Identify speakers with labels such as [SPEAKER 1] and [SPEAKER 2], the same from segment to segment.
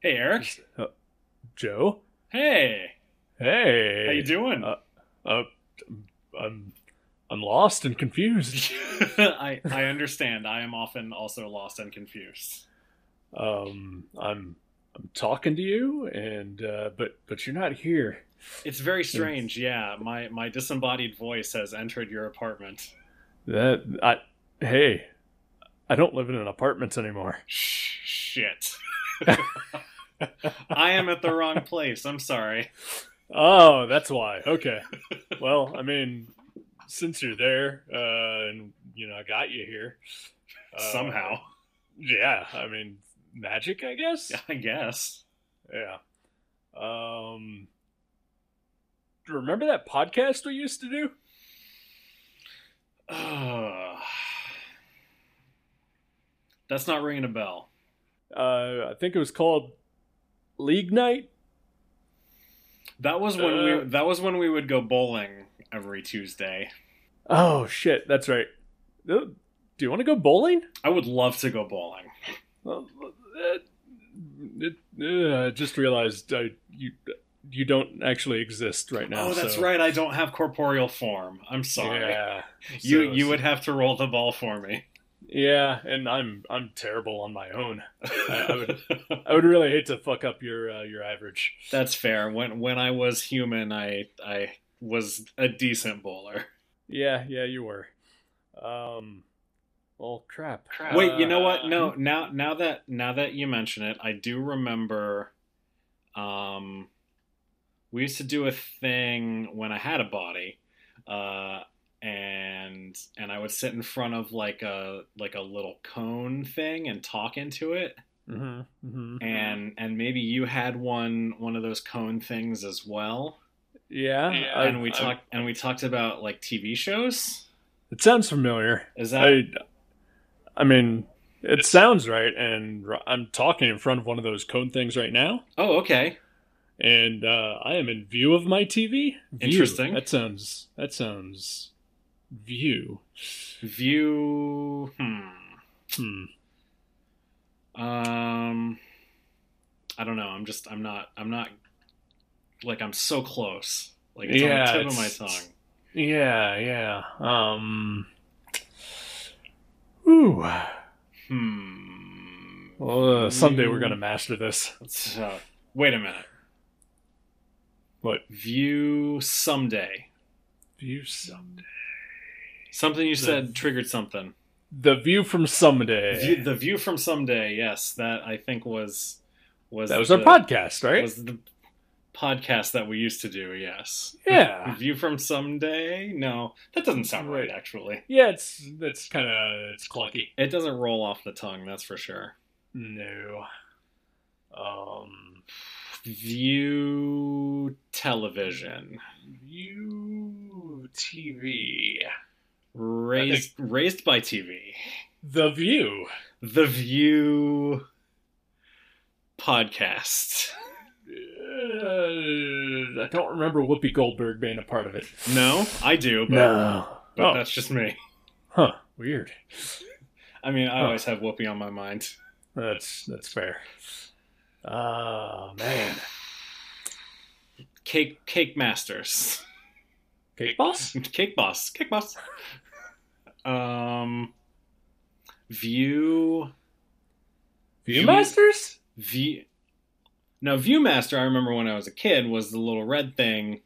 [SPEAKER 1] Hey, Eric.
[SPEAKER 2] uh, Joe?
[SPEAKER 1] Hey,
[SPEAKER 2] Hey.
[SPEAKER 1] how you doing?
[SPEAKER 2] Uh, Uh, I'm, I'm lost and confused.
[SPEAKER 1] I I understand. I am often also lost and confused.
[SPEAKER 2] Um, I'm, I'm talking to you, and uh, but but you're not here.
[SPEAKER 1] It's very strange. Yeah, my my disembodied voice has entered your apartment.
[SPEAKER 2] That I, hey, I don't live in an apartment anymore.
[SPEAKER 1] Sh- Shit. I am at the wrong place. I'm sorry.
[SPEAKER 2] Oh, that's why. Okay. well, I mean, since you're there, uh, and you know, I got you here uh,
[SPEAKER 1] Somehow,
[SPEAKER 2] Yeah, I mean, magic, I guess.
[SPEAKER 1] I guess.
[SPEAKER 2] Yeah. Um, remember that podcast we used to do?
[SPEAKER 1] Ugh. That's not ringing a bell.
[SPEAKER 2] Uh, I think it was called League Night.
[SPEAKER 1] That was when
[SPEAKER 2] Uh.
[SPEAKER 1] we that was when we would go bowling every Tuesday.
[SPEAKER 2] Oh shit, that's right. Do do you want to go bowling?
[SPEAKER 1] I would love to go bowling.
[SPEAKER 2] Well, uh, it- uh, I just realized I, you you don't actually exist right now.
[SPEAKER 1] oh, that's
[SPEAKER 2] so-
[SPEAKER 1] right. I don't have corporeal form. I'm sorry.
[SPEAKER 2] Yeah.
[SPEAKER 1] You
[SPEAKER 2] So-
[SPEAKER 1] you would have to roll the ball for me.
[SPEAKER 2] Yeah, and I'm I'm terrible on my own. I would- I would really hate to fuck up your uh, your average.
[SPEAKER 1] That's fair. When when I was human, I I was a decent bowler.
[SPEAKER 2] Yeah, yeah, you were. Um, well, crap.
[SPEAKER 3] Crap.
[SPEAKER 1] Wait, you know what?
[SPEAKER 2] Uh,
[SPEAKER 1] No, now now that now that you mention it, I do remember um we used to do a thing when I had a body. Uh and and I would sit in front of like a like a little cone thing and talk into it.
[SPEAKER 2] mhm, mhm.
[SPEAKER 1] And and maybe you had one one of those cone things as well.
[SPEAKER 2] Yeah,
[SPEAKER 3] Yeah,
[SPEAKER 2] I-
[SPEAKER 1] and we
[SPEAKER 2] I-
[SPEAKER 1] talked and we talked about like TV shows.
[SPEAKER 2] It sounds familiar.
[SPEAKER 1] Is that
[SPEAKER 2] I, I mean, it sounds right, and r- I'm talking in front of one of those cone things right now,
[SPEAKER 1] Oh, okay.
[SPEAKER 2] and uh, I am in view of my TV. View.
[SPEAKER 1] Interesting.
[SPEAKER 2] That sounds. That sounds. View.
[SPEAKER 1] View hmm.
[SPEAKER 2] Hmm.
[SPEAKER 1] Um, I don't know. I'm just. I'm not. I'm not. Like I'm so close. Like it's
[SPEAKER 2] Yeah,
[SPEAKER 1] on the tip
[SPEAKER 2] it's-
[SPEAKER 1] of my
[SPEAKER 2] it's-
[SPEAKER 1] tongue.
[SPEAKER 2] Yeah, yeah. Um. Ooh.
[SPEAKER 1] Hmm.
[SPEAKER 2] Well, uh, someday we're
[SPEAKER 1] View.
[SPEAKER 2] gonna master this.
[SPEAKER 1] Let's, uh, wait a minute.
[SPEAKER 2] What?
[SPEAKER 1] View someday.
[SPEAKER 2] View someday.
[SPEAKER 1] Something you said triggered something.
[SPEAKER 2] The view from someday.
[SPEAKER 1] View, the view from someday. Yes, that I think was was
[SPEAKER 2] that was
[SPEAKER 1] the,
[SPEAKER 2] our podcast, right?
[SPEAKER 1] Was the podcast that we used to do? Yes.
[SPEAKER 2] yeah.
[SPEAKER 1] View from someday? No, that doesn't sound right.
[SPEAKER 2] Right.
[SPEAKER 1] Actually.
[SPEAKER 2] Yeah, it's that's kind of it's clunky.
[SPEAKER 1] It doesn't roll off the tongue, that's for sure.
[SPEAKER 2] No. Um
[SPEAKER 1] View television.
[SPEAKER 3] View TV.
[SPEAKER 1] Raised raised by TV.
[SPEAKER 2] The View.
[SPEAKER 1] The View podcast.
[SPEAKER 2] Uh, I don't remember Whoopi Goldberg being a part of it.
[SPEAKER 1] No, I do, but, but
[SPEAKER 2] Oh,
[SPEAKER 1] that's just me.
[SPEAKER 2] huh. Weird.
[SPEAKER 1] I mean, I
[SPEAKER 2] Huh.
[SPEAKER 1] always have Whoopi on my mind.
[SPEAKER 2] That's that's fair. Oh man.
[SPEAKER 1] Cake Cake Masters.
[SPEAKER 2] Cake Boss?
[SPEAKER 1] Cake Boss. Cake Boss. Um View View-
[SPEAKER 2] Viewmasters?
[SPEAKER 1] View. Now, ViewMaster, I remember when I was a kid, was the little red thing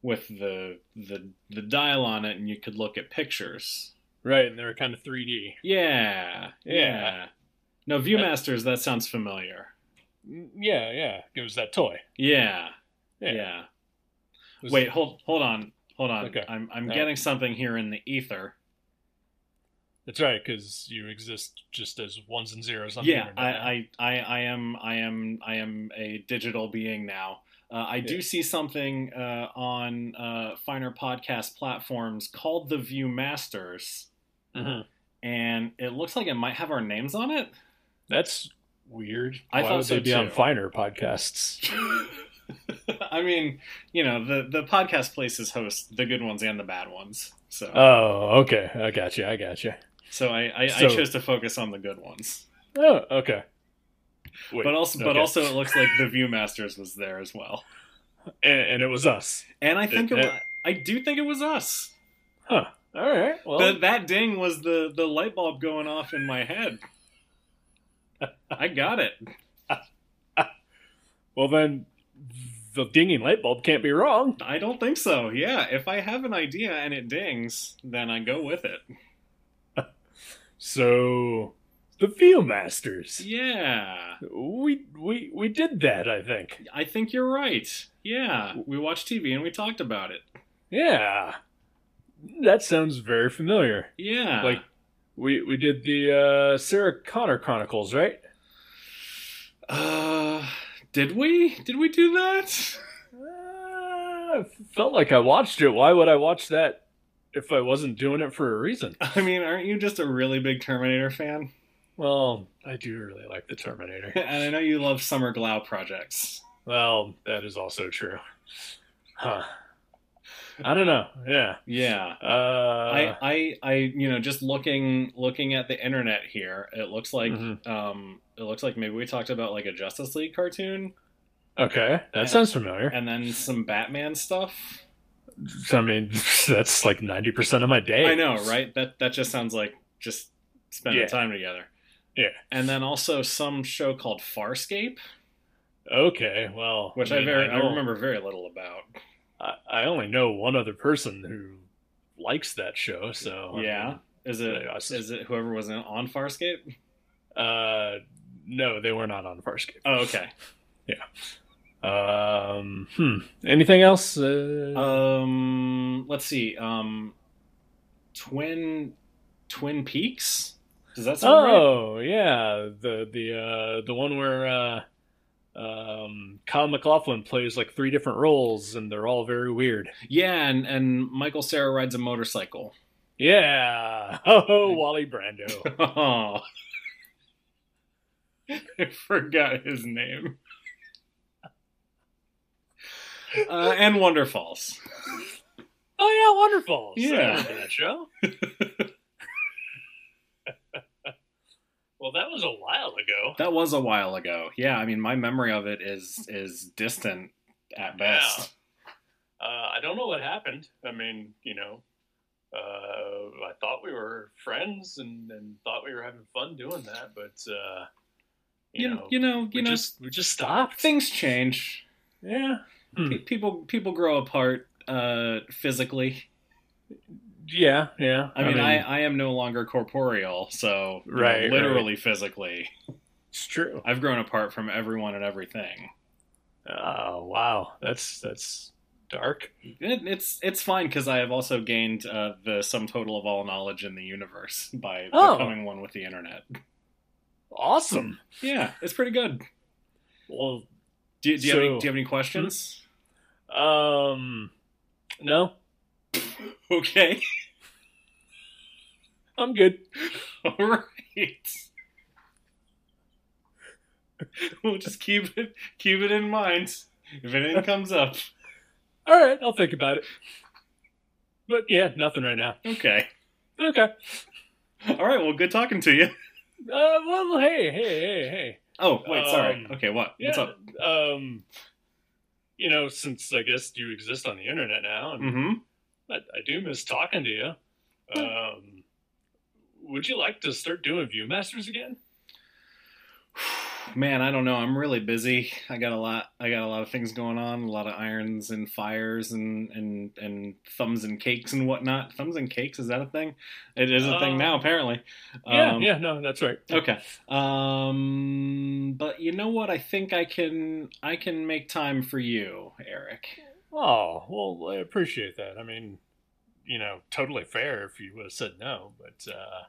[SPEAKER 1] with the the the dial on it, and you could look at pictures.
[SPEAKER 2] Right, and they were kind of 3D.
[SPEAKER 1] Yeah, yeah.
[SPEAKER 2] Yeah.
[SPEAKER 1] No, ViewMasters, that sounds familiar.
[SPEAKER 2] Mm, Yeah, yeah. It was that toy.
[SPEAKER 1] Yeah, yeah.
[SPEAKER 2] Yeah. It was-
[SPEAKER 1] Wait, hold hold on, hold on.
[SPEAKER 2] Okay.
[SPEAKER 1] I'm I'm
[SPEAKER 2] All
[SPEAKER 1] getting something here in the ether.
[SPEAKER 2] That's right, because you exist just as ones and zeros on the
[SPEAKER 1] yeah, I,
[SPEAKER 2] internet.
[SPEAKER 1] I I I am I am I am a digital being now. Uh, I do
[SPEAKER 2] Yeah.
[SPEAKER 1] see something uh, on uh, finer podcast platforms called the View Masters.
[SPEAKER 2] Mhm.
[SPEAKER 1] and it looks like it might have our names on it.
[SPEAKER 2] That's weird.
[SPEAKER 1] I
[SPEAKER 2] Why
[SPEAKER 1] thought
[SPEAKER 2] would
[SPEAKER 1] so
[SPEAKER 2] they be on
[SPEAKER 1] too.
[SPEAKER 2] finer podcasts?
[SPEAKER 1] I mean, you know, the the podcast places host the good ones and the bad ones. So
[SPEAKER 2] Oh, okay. I got you. I got you.
[SPEAKER 1] so I I,
[SPEAKER 2] so-
[SPEAKER 1] I chose to focus on the good ones.
[SPEAKER 2] Oh, okay. Wait,
[SPEAKER 1] but also, but
[SPEAKER 2] okay.
[SPEAKER 1] also, it looks like the Viewmasters was there as well.
[SPEAKER 2] and, and it was us.
[SPEAKER 1] And I think it,
[SPEAKER 2] It-
[SPEAKER 1] wa- I do think it was us.
[SPEAKER 2] All right. Well,
[SPEAKER 1] That that ding was the the light bulb going off in my head. I got it.
[SPEAKER 2] well then, the dinging light bulb can't be wrong.
[SPEAKER 1] I don't think so. Yeah, if I have an idea and it dings, then I go with it.
[SPEAKER 2] So, the Viewmasters.
[SPEAKER 1] Yeah.
[SPEAKER 2] We we we did that. I think.
[SPEAKER 1] I think you're right. Yeah, we watched TV and we talked about it.
[SPEAKER 2] Yeah. That sounds very familiar.
[SPEAKER 1] Yeah.
[SPEAKER 2] Like we we did the uh Sarah Connor Chronicles, right?
[SPEAKER 1] uh did we? Did we do that?
[SPEAKER 2] Uh, I felt like I watched it. Why would I watch that if I wasn't doing it for a reason?
[SPEAKER 1] I mean, aren't you just a really big Terminator fan?
[SPEAKER 2] Well, I do really like the Terminator.
[SPEAKER 1] And I know you love summer glow projects.
[SPEAKER 2] well, that is also true. Huh. I don't know. Yeah.
[SPEAKER 1] Yeah.
[SPEAKER 2] Uh
[SPEAKER 1] I, I, I, you know, just looking looking at the internet here, it looks like
[SPEAKER 2] Mhm.
[SPEAKER 1] um, it looks like maybe we talked about like a Justice League cartoon
[SPEAKER 2] okay. That sounds familiar.
[SPEAKER 1] and then some Batman stuff.
[SPEAKER 2] I mean, that's like 90% of my day.
[SPEAKER 1] I know, right? That that just sounds like just spending
[SPEAKER 2] Yeah.
[SPEAKER 1] time together.
[SPEAKER 2] Yeah.
[SPEAKER 1] and then also some show called Farscape,
[SPEAKER 2] Okay. Well,
[SPEAKER 1] which I,
[SPEAKER 2] mean,
[SPEAKER 1] very I
[SPEAKER 2] know-
[SPEAKER 1] remember very little about.
[SPEAKER 2] I, I only know one other person who likes that show. So I
[SPEAKER 1] Yeah. Is it
[SPEAKER 2] Yeah, I s-
[SPEAKER 1] is it whoever was in, on Farscape?
[SPEAKER 2] mean, uh, no, they were not on Farscape.
[SPEAKER 1] Oh, okay.
[SPEAKER 2] Um, hmm. Anything else? Uh,
[SPEAKER 1] Um, let's see. Um, Twin Twin Peaks. Does that sound right?
[SPEAKER 2] oh yeah, the the uh, the one where uh, um, Kyle McLaughlin plays like three different roles and they're all very weird.
[SPEAKER 1] Yeah, and and Michael Sarah rides a motorcycle.
[SPEAKER 2] Yeah. Oh, Wally Brando.
[SPEAKER 1] Oh. I forgot his name. Uh, and Wonder Falls.
[SPEAKER 2] Oh yeah, wonderful. So,
[SPEAKER 1] Yeah.
[SPEAKER 2] remember that show. well, that was a while ago.
[SPEAKER 1] That was a while ago. Yeah, I mean my memory of it is is distant at best.
[SPEAKER 2] Uh, I don't know what happened. I mean, you know, uh, I thought we were friends and, and thought we were having fun doing that, but uh, you,
[SPEAKER 1] You,
[SPEAKER 2] know,
[SPEAKER 1] you know, you
[SPEAKER 2] we
[SPEAKER 1] know,
[SPEAKER 2] just we just stopped.
[SPEAKER 1] things change.
[SPEAKER 2] yeah. Hmm.
[SPEAKER 1] Pe- people people grow apart uh physically
[SPEAKER 2] Yeah. Yeah.
[SPEAKER 1] i mean, I, I am no longer corporeal so you know,
[SPEAKER 2] Right,
[SPEAKER 1] literally physically
[SPEAKER 2] it's true.
[SPEAKER 1] i've grown apart from everyone and everything
[SPEAKER 2] Oh wow, that's that's dark.
[SPEAKER 1] it, it's it's fine because i have also gained uh, the sum total of all knowledge in the universe by
[SPEAKER 2] Oh.
[SPEAKER 1] becoming one with the internet
[SPEAKER 2] Awesome.
[SPEAKER 1] yeah it's pretty good
[SPEAKER 2] Well,
[SPEAKER 1] do, you- do you, have, any,
[SPEAKER 2] So-
[SPEAKER 1] do you have any questions
[SPEAKER 2] um, no,
[SPEAKER 1] okay
[SPEAKER 2] I'm good.
[SPEAKER 1] all right we'll just keep it keep it in mind if anything comes up
[SPEAKER 2] All right, I'll think about it. But yeah, nothing right now.
[SPEAKER 1] okay
[SPEAKER 2] Okay.
[SPEAKER 1] All right. Well, good talking to you.
[SPEAKER 2] Uh, well, hey, hey, hey, hey.
[SPEAKER 1] Oh, wait. sorry.
[SPEAKER 2] Um,
[SPEAKER 1] Okay. What?
[SPEAKER 2] Yeah.
[SPEAKER 1] What's up?
[SPEAKER 2] Um, you know, since I guess you exist on the internet now, and
[SPEAKER 1] Mm-hmm.
[SPEAKER 2] I, I do miss talking to you. Um, would you like to start doing ViewMasters again?
[SPEAKER 1] Man, I don't know. I'm really busy. I got a lot. I got a lot of things going on. A lot of irons and fires and and and thumbs and cakes and whatnot. Thumbs and cakes is that a thing? It is a thing
[SPEAKER 2] Um,
[SPEAKER 1] now, apparently.
[SPEAKER 2] yeah,
[SPEAKER 1] Um,
[SPEAKER 2] yeah, no, that's right.
[SPEAKER 1] Okay. Um, but you know what? I think I can. I can make time for you, Eric.
[SPEAKER 2] Oh, well, I appreciate that. I mean, you know, totally fair if you would have said no, but uh,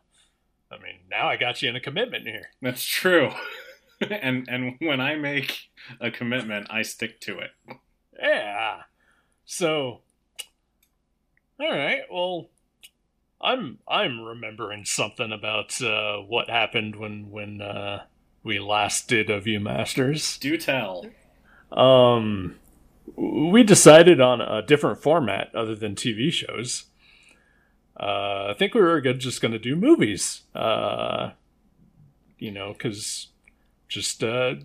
[SPEAKER 2] I mean, now I got you in a commitment here.
[SPEAKER 1] That's true. and and when I make a commitment, I stick to it.
[SPEAKER 2] Yeah. So, all right. Well, I'm I'm remembering something about uh, what happened when when uh, we last did a View Masters.
[SPEAKER 1] Do tell.
[SPEAKER 2] Um, we decided on a different format other than TV shows. Uh, I think we were go- just going to do movies. Uh, you know, because Just uh,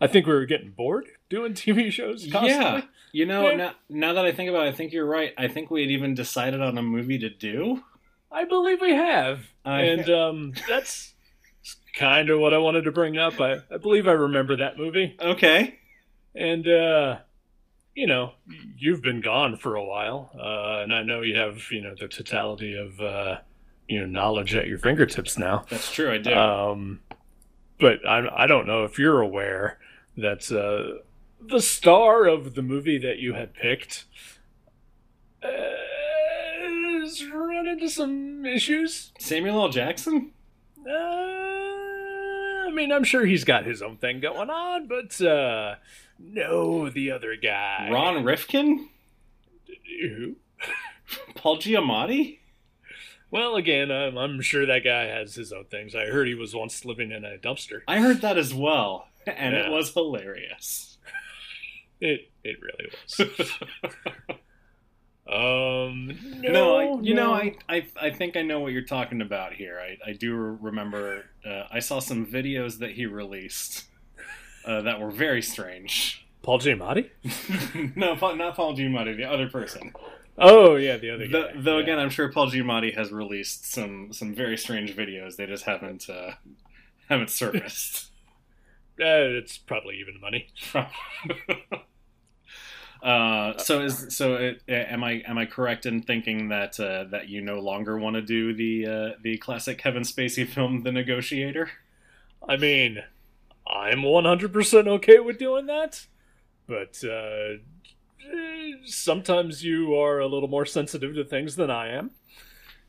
[SPEAKER 2] I think we were getting bored doing TV shows.
[SPEAKER 1] Yeah,
[SPEAKER 2] Constantly.
[SPEAKER 1] you know,
[SPEAKER 2] Yeah.
[SPEAKER 1] now, now that I think about it, I think you're right. I think we had even decided on a movie to do.
[SPEAKER 2] I believe we have,
[SPEAKER 1] I-
[SPEAKER 2] and um, that's kind of what I wanted to bring up. I, I believe I remember that movie,
[SPEAKER 1] Okay.
[SPEAKER 2] and uh, you know, you've been gone for a while, uh, and I know you have you know the totality of uh, you know knowledge at your fingertips now.
[SPEAKER 1] That's true, I do.
[SPEAKER 2] Um, but I, I don't know if you're aware that uh, the star of the movie that you had picked uh, has run into some issues.
[SPEAKER 1] Samuel L. Jackson?
[SPEAKER 2] Uh, I mean, I'm sure he's got his own thing going on, but uh, no, the other guy.
[SPEAKER 1] Ron Rifkin?
[SPEAKER 2] Who?
[SPEAKER 1] Paul Giamatti?
[SPEAKER 2] Well, again, I'm, I'm sure that guy has his own things. I heard he was once living in a dumpster.
[SPEAKER 1] I heard that as well, and
[SPEAKER 2] Yeah.
[SPEAKER 1] it was hilarious.
[SPEAKER 2] It it really was. um no,
[SPEAKER 1] No, I, you
[SPEAKER 2] no.
[SPEAKER 1] know, I, I I think I know what you're talking about here. I, I do remember uh, I saw some videos that he released uh, that were very strange.
[SPEAKER 2] Paul Giamatti?
[SPEAKER 1] no, Pa- not Paul Giamatti, the other person.
[SPEAKER 2] Oh yeah, the other
[SPEAKER 1] Though
[SPEAKER 2] guy.
[SPEAKER 1] though
[SPEAKER 2] yeah.
[SPEAKER 1] again, I'm sure Paul Giamatti has released some some very strange videos. They just haven't uh, haven't surfaced.
[SPEAKER 2] Uh, it's probably even money.
[SPEAKER 1] Uh, so is so it, am I am I correct in thinking that uh, that you no longer want to do the uh, the classic Kevin Spacey film The Negotiator?
[SPEAKER 2] I mean, I'm 100% okay with doing that, but uh eh, sometimes you are a little more sensitive to things than I am.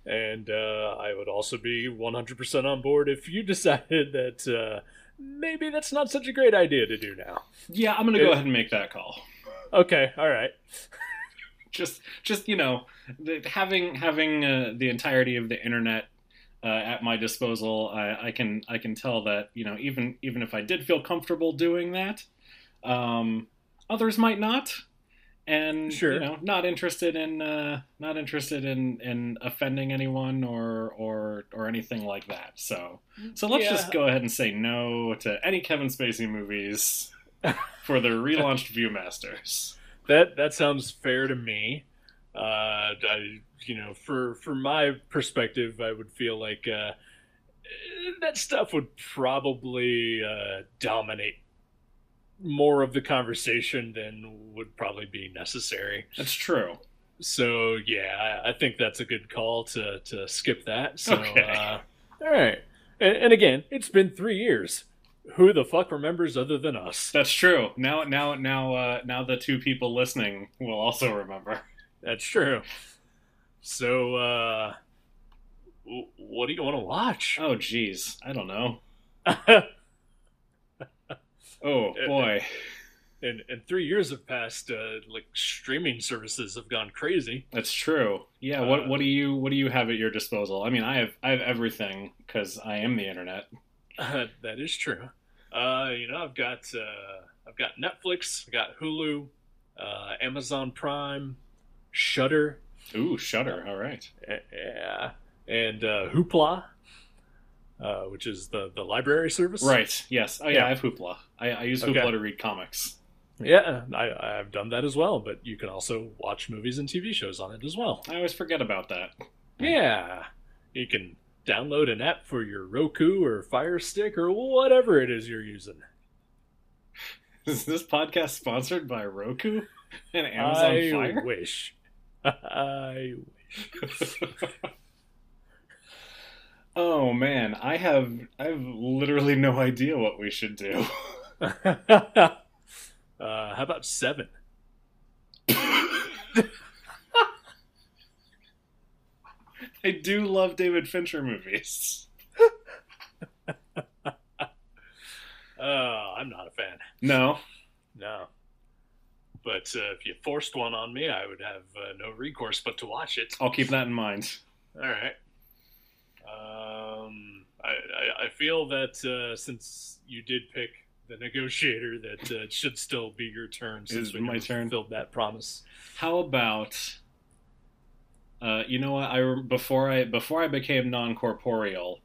[SPEAKER 2] And uh, I would also be 100% on board if you decided that uh, maybe that's not such a great idea to do now.
[SPEAKER 1] Yeah, I'm gonna go
[SPEAKER 2] It-
[SPEAKER 1] ahead and make that call.
[SPEAKER 2] Okay, all right.
[SPEAKER 1] Just just you know the, having having uh, the entirety of the internet. Uh, at my disposal, I, I can I can tell that you know even even if I did feel comfortable doing that, um, others might not, and
[SPEAKER 2] Sure.
[SPEAKER 1] you know not interested in uh, not interested in, in offending anyone or or or anything like that. So so let's
[SPEAKER 2] Yeah.
[SPEAKER 1] just go ahead and say no to any Kevin Spacey movies for the relaunched ViewMasters.
[SPEAKER 2] That that sounds fair to me. Uh, I, you know, for for my perspective, I would feel like uh, that stuff would probably uh, dominate more of the conversation than would probably be necessary.
[SPEAKER 1] That's true.
[SPEAKER 2] So yeah, I, I think that's a good call to to skip that. So
[SPEAKER 1] Okay.
[SPEAKER 2] uh, all right, and, and again, it's been three years. Who the fuck remembers other than us?
[SPEAKER 1] That's true. Now, now, now, uh, now the two people listening will also remember.
[SPEAKER 2] That's true. So, uh, w- what do you want to watch?
[SPEAKER 1] Oh, geez, I don't know. Oh boy,
[SPEAKER 2] and, and three years have passed. Uh, like streaming services have gone crazy.
[SPEAKER 1] that's true. Yeah. What What do you What do you have at your disposal? I mean, I have I have everything because I am the internet.
[SPEAKER 2] that is true. Uh, you know, I've got uh, I've got Netflix, I've got Hulu, uh, Amazon Prime, Shutter,
[SPEAKER 1] Ooh, Shutter. All right.
[SPEAKER 2] yeah, and uh, Hoopla, uh, which is the the library service.
[SPEAKER 1] Right. Yes. Oh yeah,
[SPEAKER 2] Yeah.
[SPEAKER 1] I have Hoopla. I, I use
[SPEAKER 2] Okay.
[SPEAKER 1] Hoopla to read comics.
[SPEAKER 2] Yeah, I, I've done that as well, but you can also watch movies and TV shows on it as well.
[SPEAKER 1] I always forget about that.
[SPEAKER 2] Yeah, you can download an app for your Roku or Fire Stick or whatever it is you're using.
[SPEAKER 1] Is this podcast sponsored by Roku and Amazon
[SPEAKER 2] I
[SPEAKER 1] Fire?
[SPEAKER 2] wish. I wish.
[SPEAKER 1] Oh man, I have I have literally no idea what we should do.
[SPEAKER 2] uh, how about seven?
[SPEAKER 1] I do love David Fincher movies.
[SPEAKER 2] Uh, I'm not a fan.
[SPEAKER 1] No.
[SPEAKER 2] No. But uh, if you forced one on me, I would have uh, no recourse but to watch it.
[SPEAKER 1] I'll keep that in mind.
[SPEAKER 2] All right. Um, I, I, I feel that uh, since you did pick the negotiator, that uh, it should still be your turn. Since
[SPEAKER 1] is
[SPEAKER 2] we
[SPEAKER 1] my
[SPEAKER 2] never
[SPEAKER 1] turn.
[SPEAKER 2] Fulfilled that promise.
[SPEAKER 1] How about uh, you know what I rem- before I before I became non-corporeal,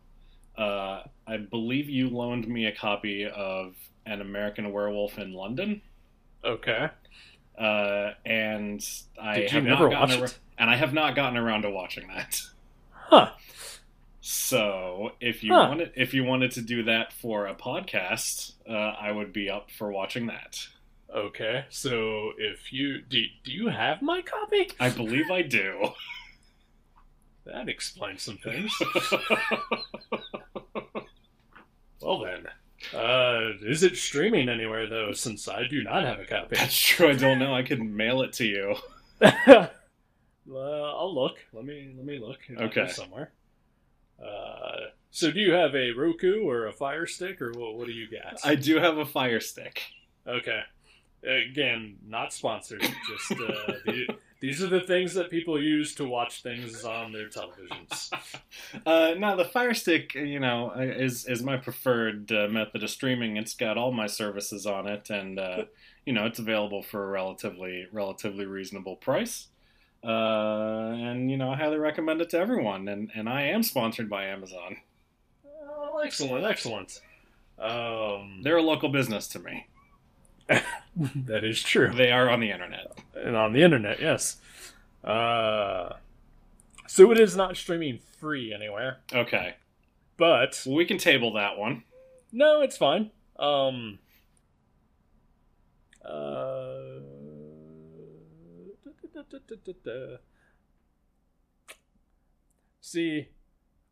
[SPEAKER 1] Uh, I believe you loaned me a copy of An American Werewolf in London,
[SPEAKER 2] Okay.
[SPEAKER 1] uh, and I
[SPEAKER 2] Did you
[SPEAKER 1] have
[SPEAKER 2] never
[SPEAKER 1] not gotten
[SPEAKER 2] watch it?
[SPEAKER 1] ar- and I have not gotten around to watching that.
[SPEAKER 2] Huh.
[SPEAKER 1] So if you
[SPEAKER 2] Huh.
[SPEAKER 1] wanted if you wanted to do that for a podcast, uh, I would be up for watching that.
[SPEAKER 2] Okay. So if you do, do you have my copy?
[SPEAKER 1] I believe I do.
[SPEAKER 2] That explains some things. well then, uh, is it streaming anywhere though? Since I do not have a copy.
[SPEAKER 1] That's true. I don't know. I could mail it to you.
[SPEAKER 2] uh, I'll look. Let me let me look. It might be
[SPEAKER 1] Okay.
[SPEAKER 2] Somewhere. Uh, so do you have a Roku or a Fire Stick or what? What do you got?
[SPEAKER 1] I do have a Fire Stick.
[SPEAKER 2] Okay. Again, not sponsored. Just uh, the, these are the things that people use to watch things on their televisions.
[SPEAKER 1] Uh, no, the Fire Stick, you know, uh, is is my preferred uh, method of streaming. It's got all my services on it, and uh, you know, it's available for a relatively relatively reasonable price. Uh, and you know, I highly recommend it to everyone. And and I am sponsored by Amazon.
[SPEAKER 2] Oh, excellent, excellent. Um,
[SPEAKER 1] They're a local business to me.
[SPEAKER 2] that is true.
[SPEAKER 1] They are on the internet.
[SPEAKER 2] and on the internet, yes. Uh, so it is not streaming free anywhere,
[SPEAKER 1] Okay,
[SPEAKER 2] but
[SPEAKER 1] well, we can table that one.
[SPEAKER 2] no, it's fine. Um, uh, see,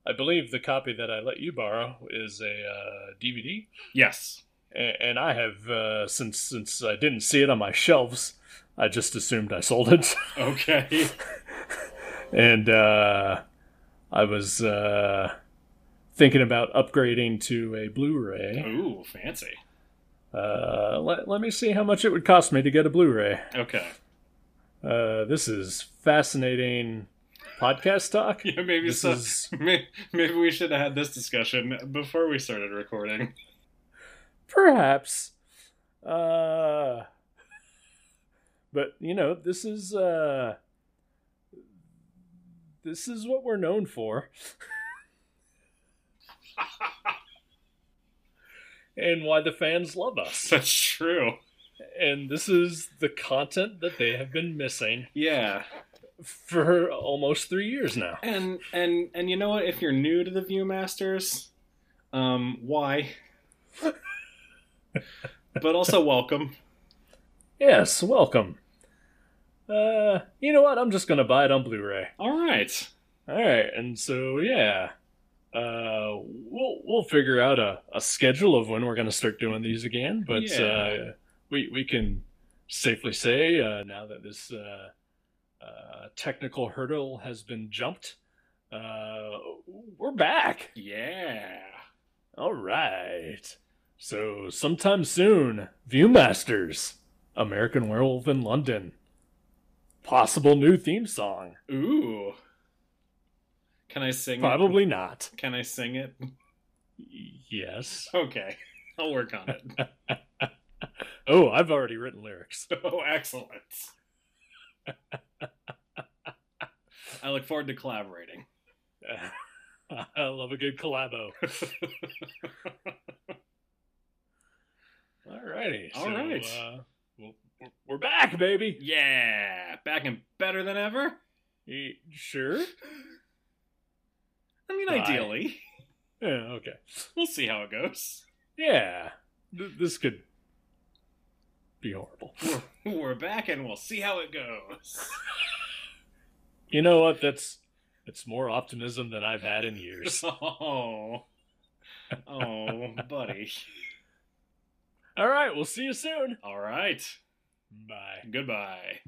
[SPEAKER 2] I believe the copy that I let you borrow is a uh, DVD.
[SPEAKER 1] Yes.
[SPEAKER 2] A- and I have uh, since since I didn't see it on my shelves, I just assumed I sold it,
[SPEAKER 1] Okay.
[SPEAKER 2] and uh, I was uh, thinking about upgrading to a Blu-ray.
[SPEAKER 1] Ooh, fancy.
[SPEAKER 2] Uh, let let me see how much it would cost me to get a Blu-ray.
[SPEAKER 1] Okay.
[SPEAKER 2] Uh, this is fascinating podcast talk.
[SPEAKER 1] Yeah, maybe
[SPEAKER 2] This
[SPEAKER 1] so.
[SPEAKER 2] is
[SPEAKER 1] May- Maybe we should have had this discussion before we started recording.
[SPEAKER 2] perhaps, uh, but you know this is uh, this is what we're known for. And why the fans love us.
[SPEAKER 1] That's true.
[SPEAKER 2] And this is the content that they have been missing
[SPEAKER 1] Yeah.
[SPEAKER 2] for almost three years now.
[SPEAKER 1] And and and you know what? If you're new to the Viewmasters, um, why? but also welcome.
[SPEAKER 2] Yes, welcome. Uh, you know what? I'm just gonna buy it on Blu-ray.
[SPEAKER 1] All right.
[SPEAKER 2] All right, and so yeah, uh, we'll we'll figure out a, a schedule of when we're gonna start doing these again. But
[SPEAKER 1] Yeah.
[SPEAKER 2] uh, we we can safely say uh, now that this uh, uh, technical hurdle has been jumped, uh, we're back.
[SPEAKER 1] Yeah.
[SPEAKER 2] All right. So sometime soon, Viewmasters, American Werewolf in London. Possible new theme song.
[SPEAKER 1] Ooh. Can I sing?
[SPEAKER 2] Probably not.
[SPEAKER 1] It? Can I sing it?
[SPEAKER 2] Yes.
[SPEAKER 1] Okay. I'll work on it.
[SPEAKER 2] Oh, I've already written lyrics.
[SPEAKER 1] Oh, excellent. I look forward to collaborating.
[SPEAKER 2] I love a good collabo. Alrighty.
[SPEAKER 1] All
[SPEAKER 2] so,
[SPEAKER 1] right.
[SPEAKER 2] Uh, we'll- we're- we're back, baby.
[SPEAKER 1] Yeah, back and better than ever.
[SPEAKER 2] Y- Sure.
[SPEAKER 1] I mean,
[SPEAKER 2] Bye.
[SPEAKER 1] ideally,
[SPEAKER 2] Yeah, okay.
[SPEAKER 1] we'll see how it goes.
[SPEAKER 2] Yeah. Th- this could be horrible.
[SPEAKER 1] We're, we're back, and we'll see how it goes.
[SPEAKER 2] You know what? That's it's more optimism than I've had in years.
[SPEAKER 1] Oh, oh, buddy.
[SPEAKER 2] All right, we'll see you soon.
[SPEAKER 1] All right.
[SPEAKER 2] Bye.
[SPEAKER 1] Goodbye.